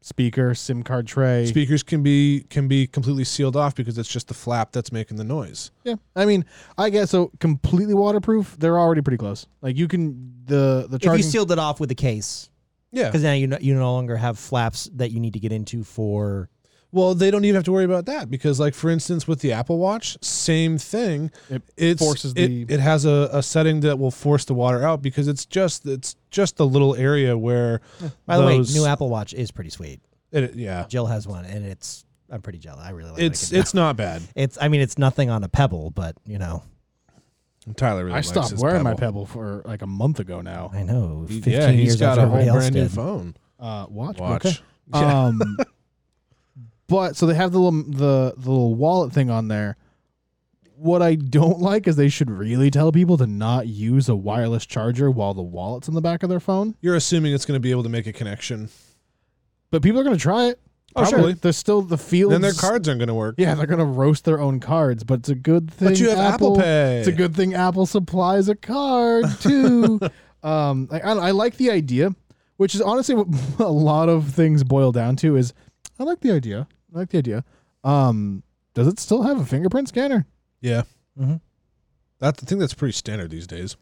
S2: speaker, SIM card tray.
S1: Speakers can be can be completely sealed off because it's just the flap that's making the noise.
S2: yeah. I mean, I guess so. Completely waterproof. They're already pretty close. Like you can the the charging.
S3: If you sealed it off with a case,
S1: Yeah.
S3: because now you no, you no longer have flaps that you need to get into for.
S1: Well, they don't even have to worry about that because, like for instance, with the Apple Watch, same thing.
S2: It
S1: It's,
S2: forces
S1: it,
S2: the-
S1: It has a, a setting that will force the water out because it's just it's just the little area where.
S3: By the
S1: those-
S3: way, new Apple Watch is pretty sweet.
S1: it, yeah.
S3: Jill has one, and it's I'm pretty jealous. I really like
S1: It's
S3: it.
S1: it's not bad.
S3: It's I mean it's nothing on a pebble, but you know
S1: Tyler really
S2: I
S1: likes
S2: stopped
S1: his
S2: wearing my
S1: Pebble.
S2: Pebble for like a month ago now.
S3: I know.
S1: He-
S3: 15
S1: yeah, he's
S3: years
S1: got
S3: after
S1: a whole
S3: everybody else
S1: brand new
S3: did.
S1: phone.
S2: Uh, watch.
S1: Watch.
S2: Okay. Um, but so they have the little, the the little wallet thing on there. What I don't like is they should really tell people to not use a wireless charger while the wallet's in the back of their phone.
S1: You're assuming it's going to be able to make a connection.
S2: But people are gonna try it.
S1: Oh, sure.
S2: Probably. There's still the field.
S1: Then their cards aren't going to work.
S2: Yeah, they're gonna roast their own cards, but it's a good thing.
S1: But you have Apple Pay.
S2: It's a good thing Apple supplies a card too. um, I, I, don't- I like the idea, which is honestly what a lot of things boil down to. Is I like the idea. I like the idea. Um, does it still have a fingerprint scanner?
S1: Yeah.
S3: Mhm.
S1: That's, I think that's pretty standard these days.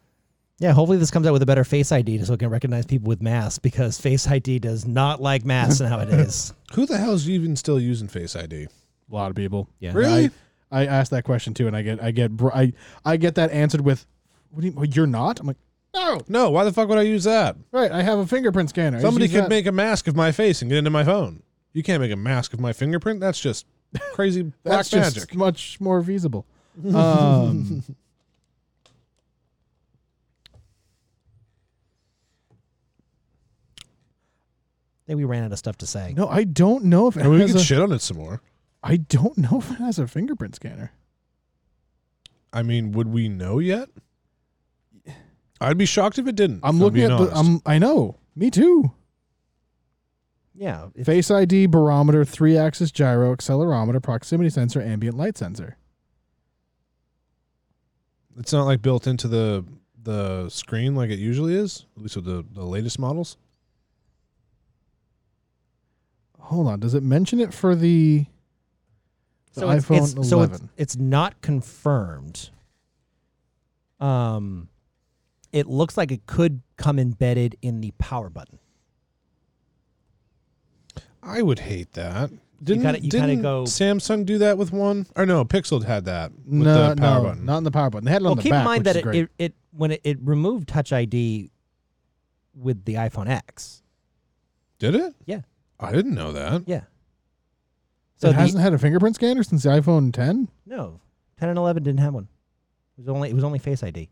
S3: Yeah, hopefully this comes out with a better Face ID so it can recognize people with masks because Face ID does not like masks nowadays.
S1: Who the hell is even still using Face ID?
S2: A lot of people.
S3: Yeah.
S1: Really?
S2: I, I asked that question too, and I get I get br- I I get that answered with, "What do you? You're not." I'm like, no,
S1: No. Why the fuck would I use that?
S2: right. I have a fingerprint scanner. I just
S1: Somebody
S2: use
S1: could
S2: that."
S1: make a mask of my face and get into my phone. You can't make a mask of my fingerprint. That's just crazy black
S2: That's just
S1: magic.
S2: much more feasible. Um,
S3: I think we ran out of stuff to say.
S2: no, I don't know if it
S1: And we
S2: has
S1: can
S2: a,
S1: shit on it some more.
S2: I don't know if it has a fingerprint scanner.
S1: I mean, would we know yet? I'd be shocked if it didn't.
S2: I'm
S1: if
S2: looking
S1: being
S2: at the.
S1: honest.
S2: I'm, I know. Me too.
S3: Yeah. if-
S2: Face ID, barometer, three axis gyro, accelerometer, proximity sensor, ambient light sensor.
S1: it's not like built into the the screen like it usually is, at least with the, the latest models.
S2: Hold on. Does it mention it for the, the
S3: so it's,
S2: iPhone
S3: it's-
S2: 11?
S3: so it's, it's not confirmed. Um, it looks like it could come embedded in the power button.
S1: I would hate that. Didn't,
S3: kinda- you kinda
S1: didn't
S3: go-
S1: Samsung do that with one? Or no, Pixel had that with
S2: no,
S1: the power
S2: no,
S1: button.
S2: not in the power button. They had it
S3: well,
S2: on the
S3: keep
S2: back.
S3: in mind
S2: which
S3: that
S2: is
S3: it,
S2: great.
S3: it, it when it, it removed Touch ID with the iPhone X.
S1: Did it?
S3: Yeah.
S1: I didn't know that.
S3: Yeah.
S2: So
S3: So
S2: it
S3: the-
S2: hasn't had a fingerprint scanner since the iPhone 10.
S3: no, ten and eleven didn't have one. It was only it was only Face ID.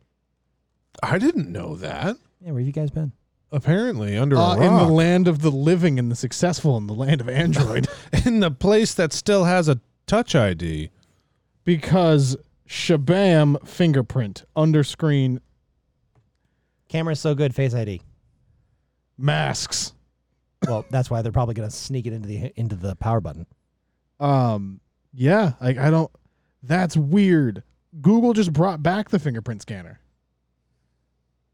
S1: I didn't know that.
S3: Yeah, where have you guys been?
S1: Apparently, under
S2: Uh,
S1: a
S2: in the
S1: rock.
S2: land of the living and the successful, in the land of Android,
S1: in the place that still has a touch ID.
S2: because shabam fingerprint underscreen
S3: Camera's so good, Face ID.
S2: masks.
S3: Well, that's why they're probably going to sneak it into the into the power button.
S2: Um, yeah, like I don't. That's weird. Google just brought back the fingerprint scanner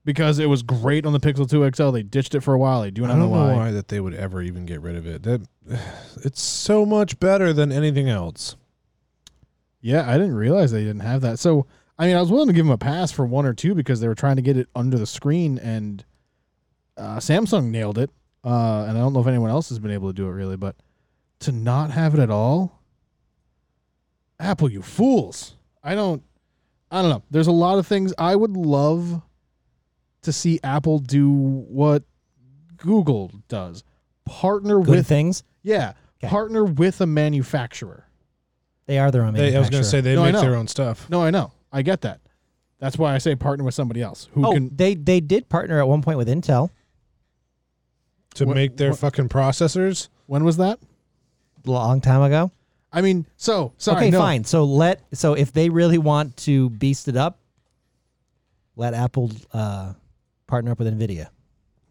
S2: because it was great on the Pixel 2 XL. They ditched it for a while. I do
S1: I
S2: not
S1: don't
S2: know why.
S1: that they would ever even get rid of it. That it's so much better than anything else.
S2: Yeah, I didn't realize they didn't have that. So, I mean, I was willing to give them a pass for one or two because they were trying to get it under the screen, and uh, Samsung nailed it. Uh, and I don't know if anyone else has been able to do it really, but to not have it at all, Apple, you fools! I don't, I don't know. There's a lot of things I would love to see Apple do what Google does, partner
S3: Good
S2: with,
S3: things.
S2: yeah,
S3: Okay.
S2: partner with a manufacturer.
S3: They are their own
S1: They, I was
S3: manufacturer.
S1: going to say they
S2: No, I
S1: make their
S2: know.
S1: own stuff.
S2: No, I know. I get that. That's why I say partner with somebody else who
S3: oh,
S2: can.
S3: they they did partner at one point with Intel
S1: to
S2: What-
S1: make their
S2: what-
S1: fucking processors.
S2: When was that?
S3: a long time ago.
S2: I mean, so sorry.
S3: okay,
S2: no.
S3: fine. So let so if they really want to beast it up, let Apple uh, partner up with Nvidia.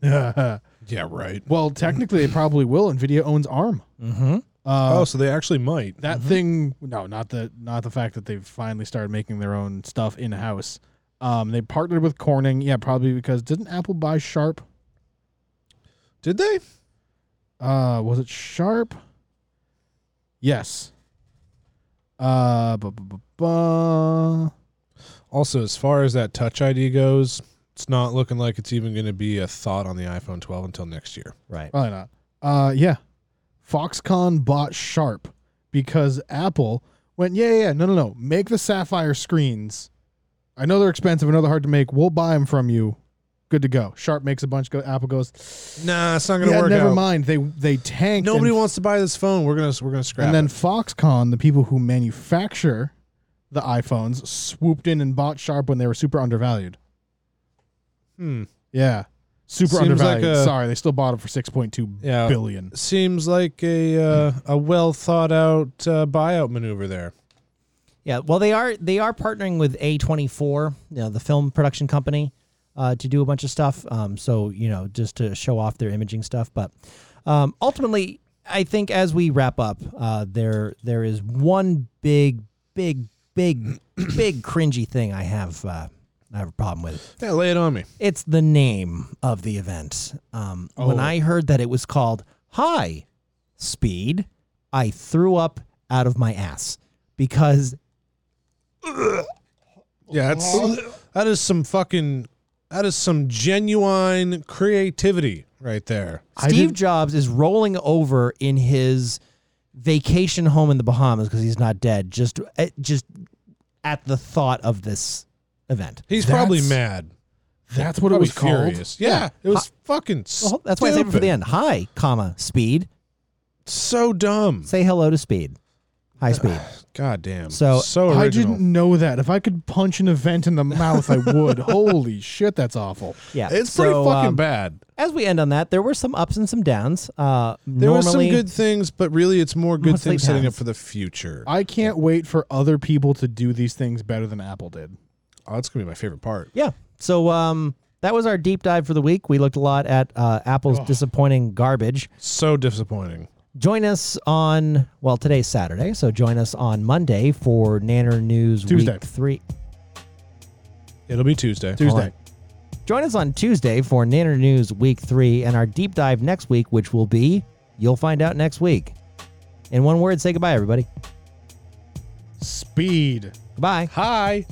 S1: Yeah, right.
S2: well, technically, it probably will. Nvidia owns ARM.
S3: Mm-hmm.
S2: Uh,
S1: oh, so they actually might.
S2: that thing. No, not the not the fact that they've finally started making their own stuff in house. Um, they partnered with Corning. Yeah, probably because didn't Apple buy Sharp?
S1: Did they?
S2: Uh, was it Sharp? Yes. Uh, bu- bu- bu- bu-
S1: Also, as far as that Touch ID goes, it's not looking like it's even going to be a thought on the iPhone 12 until next year.
S3: Right.
S2: Probably not. Uh, yeah. Foxconn bought Sharp because Apple went, yeah, yeah, yeah, no, no, no. Make the sapphire screens. I know they're expensive. I know they're hard to make. We'll buy them from you. Good to go. Sharp makes a bunch. Go. Apple goes.
S1: Nah, it's not going to
S2: Yeah,
S1: work
S2: never
S1: out.
S2: mind. They they tanked.
S1: Nobody
S2: and,
S1: wants to buy this phone. We're gonna we're gonna scrap.
S2: And then
S1: it.
S2: Foxconn, the people who manufacture the iPhones, swooped in and bought Sharp when they were super undervalued.
S1: Hmm.
S2: Yeah, super
S1: Seems like
S2: undervalued.
S1: a-
S2: Sorry, they still bought it for six point two billion.
S1: Yeah. seems like a uh, a well thought out uh, buyout maneuver there.
S3: Yeah. Well, they are they are partnering with A24, you know, the film production company, uh, to do a bunch of stuff. Um, so you know, just to show off their imaging stuff. But um, ultimately, I think as we wrap up, uh, there there is one big, big, big, big cringy thing I have. Uh, I have a problem with.
S1: Yeah, lay it on me.
S3: It's the name of the event. Um, When
S2: Oh.
S3: I heard that it was called High Speed, I threw up out of my ass because
S1: Yeah, it's, that is some fucking that is some genuine creativity right there.
S3: Steve Jobs is rolling over in his vacation home in the Bahamas because he's not dead. Just, eh, just at the thought of this event.
S1: He's probably
S2: That's-
S1: mad.
S2: That's what it
S1: Probably
S2: was called.
S1: furious. Yeah, it was fucking.
S3: Well, that's why I saved it for the
S1: stupid.
S3: end. Hi, comma Speed.
S1: So dumb.
S3: Say hello to Speed. high speed.
S1: God damn.
S3: So-
S1: so original.
S2: I didn't know that. If I could punch an event in the mouth, I would. Holy shit, that's awful.
S3: Yeah,
S1: It's pretty
S3: So,
S1: fucking
S3: um,
S1: bad.
S3: As we end on that, there were some ups and some downs. Uh,
S1: There were some
S3: normally-
S1: good things, but really, it's more good
S3: Mostly
S1: things setting up
S3: downs.
S1: for the future.
S2: I can't wait for other people to do these things better than Apple did.
S1: Oh, that's gonna be my favorite part.
S3: Yeah. So um, that was our deep dive for the week. We looked a lot at uh, Apple's disappointing garbage.
S1: So disappointing.
S3: Join us on well today's Saturday, so join us on Monday for Nanner News
S2: Tuesday.
S3: Week Three.
S1: It'll be Tuesday.
S2: Tuesday.
S3: Join us on Tuesday for Nanner News Week Three and our deep dive next week, which will be you'll find out next week. In one word, say goodbye, everybody.
S2: Speed.
S3: Goodbye.
S1: Hi.